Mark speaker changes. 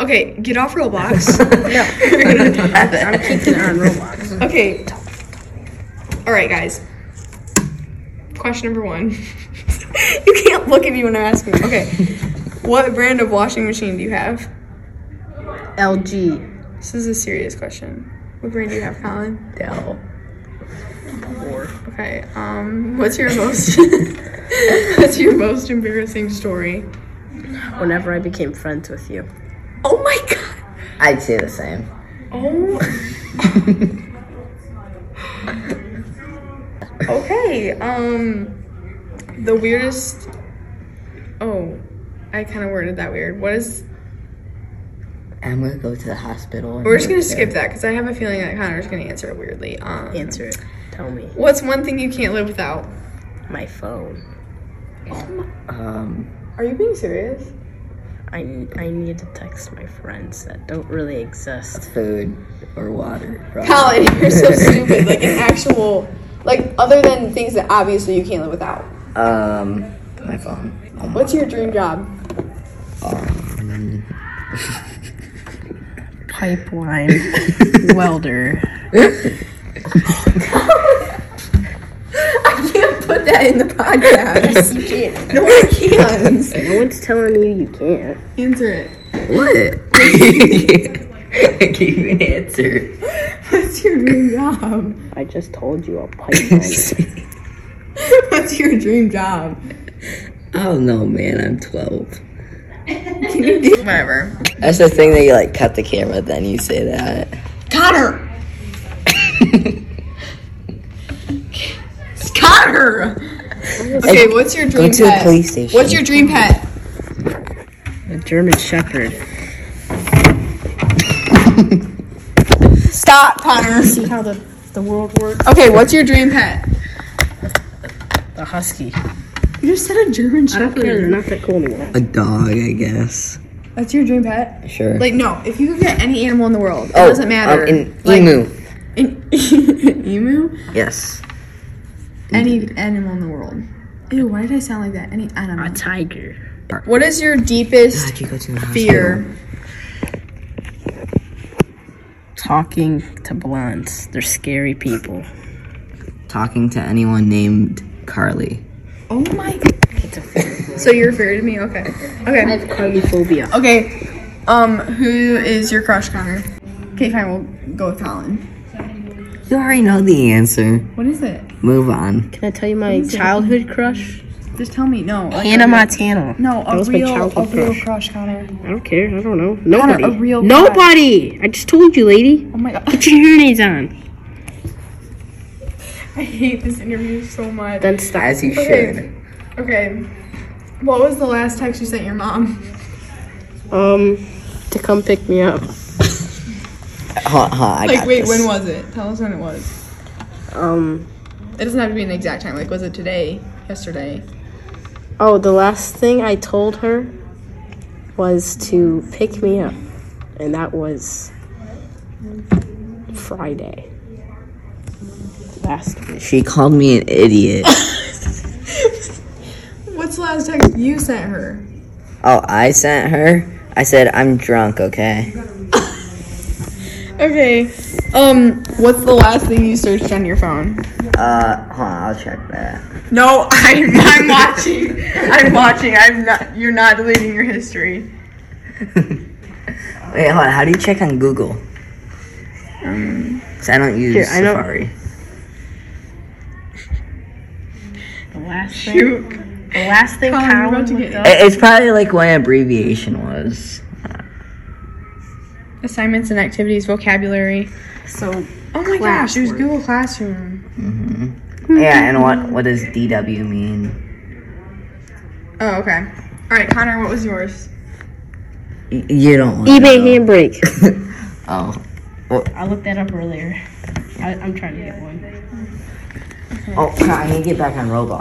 Speaker 1: Okay, get off Roblox.
Speaker 2: I'm keeping it on Roblox.
Speaker 1: Okay. All right, guys. Question number one. you can't look at me when I'm asking. you. Okay. what brand of washing machine do you have?
Speaker 2: LG.
Speaker 1: This is a serious question. What brand do you have, Colin?
Speaker 2: Dell. Or
Speaker 1: Okay. Um. What's your most? what's your most embarrassing story?
Speaker 2: whenever I became friends with you.
Speaker 1: Oh my god.
Speaker 3: I'd say the same.
Speaker 1: Oh. okay. Um. The weirdest. Oh, I kind of worded that weird. What is
Speaker 3: I'm gonna go to the hospital. and
Speaker 1: We're just
Speaker 3: work
Speaker 1: gonna
Speaker 3: there.
Speaker 1: skip that because I have a feeling that Connor's gonna answer it weirdly. Um,
Speaker 2: Answer it. Tell me.
Speaker 1: What's one thing you can't live without?
Speaker 2: My phone.
Speaker 3: Um,
Speaker 1: Are you being serious?
Speaker 2: I, I need to text my friends that don't really exist.
Speaker 3: food or water. probably.
Speaker 1: Colin, you're so stupid. Like an actual, like other than things that obviously you can't live without.
Speaker 3: Um, my phone. Oh my
Speaker 1: What's your dream job?
Speaker 2: Pipeline. welder.
Speaker 1: I can't put that in the podcast.
Speaker 2: You can't.
Speaker 1: no one can.
Speaker 2: No one's telling you you can't.
Speaker 1: Answer it.
Speaker 3: What? I gave you an answer.
Speaker 1: What's your dream job?
Speaker 2: I just told you a pipeline.
Speaker 1: What's your dream job?
Speaker 3: I don't know, man. I'm 12.
Speaker 1: Whatever.
Speaker 3: That's the thing that you like cut the camera, then you say that.
Speaker 1: Connor. Connor. Okay, what's your dream
Speaker 3: Go to the
Speaker 1: pet?
Speaker 3: police station.
Speaker 1: What's your dream pet?
Speaker 2: a German Shepherd.
Speaker 1: Stop, Connor.
Speaker 2: See how the, the world works?
Speaker 1: Okay, what's your dream pet?
Speaker 2: The Husky.
Speaker 1: You just said a German
Speaker 2: I don't care. They're not that cool anymore.
Speaker 3: A dog, I guess.
Speaker 1: That's your dream pet?
Speaker 3: Sure.
Speaker 1: Like, no. If you could get any animal in the world, it doesn't matter.
Speaker 3: Um, an
Speaker 1: like,
Speaker 3: emu.
Speaker 1: An emu?
Speaker 3: Yes.
Speaker 1: Any animal in the world. Ew, why did I sound like that? Any
Speaker 2: A
Speaker 1: animal.
Speaker 2: tiger.
Speaker 1: What is your deepest
Speaker 3: How'd you go to the
Speaker 1: fear?
Speaker 2: Talking to blondes. They're scary people.
Speaker 3: hospital? Talking to anyone named Carly.
Speaker 1: Oh my. So you're afraid of me? Okay. Okay.
Speaker 2: Carbophobia.
Speaker 1: Okay. Um, who is your crush, Connor? Okay, fine. We'll go with Colin.
Speaker 3: You already know the answer.
Speaker 1: What is it?
Speaker 3: Move on.
Speaker 2: Can I tell you my childhood crush?
Speaker 1: Just tell me. No. Like,
Speaker 2: Hannah Montana.
Speaker 1: No,
Speaker 2: That
Speaker 1: a
Speaker 2: was my
Speaker 1: real, a
Speaker 2: childhood
Speaker 1: real
Speaker 2: crush.
Speaker 1: crush, Connor.
Speaker 2: I don't care. I don't know.
Speaker 1: Connor,
Speaker 2: Nobody.
Speaker 1: a real crush.
Speaker 2: Nobody. I just told you, lady.
Speaker 1: Oh my god,
Speaker 2: Put your hearing aids on.
Speaker 1: I hate this interview so much.
Speaker 2: Then stop.
Speaker 3: As you
Speaker 1: Okay.
Speaker 3: should.
Speaker 1: Okay, what was the last text you sent your mom?
Speaker 2: Um, to come pick me up.
Speaker 3: Huh, huh, I
Speaker 1: Like,
Speaker 3: got
Speaker 1: wait,
Speaker 3: this.
Speaker 1: when was it? Tell us when it was.
Speaker 2: Um,
Speaker 1: It doesn't have to be an exact time. Like, was it today? Yesterday?
Speaker 2: oh, the last thing I told her was to pick me up. And that was Friday. Last week.
Speaker 3: She called me an idiot.
Speaker 1: What's the last text you sent her?
Speaker 3: oh, I sent her. I said I'm drunk. Okay.
Speaker 1: Okay. Um, what's the last thing you searched on your phone?
Speaker 3: Uh, hold on, I'll check that.
Speaker 1: No, I, I'm watching. I'm watching. I'm not. You're not deleting your history.
Speaker 3: Wait, hold on. How do you check on Google? Um, Cause Um, I don't use
Speaker 2: here, I don't-
Speaker 3: Safari.
Speaker 2: The last thing.
Speaker 1: Shoot.
Speaker 2: The last thing
Speaker 1: Colin, you're about to
Speaker 2: Colin
Speaker 1: get
Speaker 2: looked up.
Speaker 3: It- It's probably like what an abbreviation was.
Speaker 1: Assignments and activities, vocabulary.
Speaker 2: So
Speaker 1: Oh my gosh, it was
Speaker 2: Classwork.
Speaker 1: Google Classroom.
Speaker 3: Mm-hmm. yeah, and what what does DW mean?
Speaker 1: Oh, okay. All right, Connor, what was yours?
Speaker 3: Y- you don't. wanna
Speaker 2: eBay
Speaker 3: know.
Speaker 2: handbrake.
Speaker 3: Oh.
Speaker 2: I looked that up earlier. I, I'm trying to get one.
Speaker 3: Oh, I need to get back on Roblox.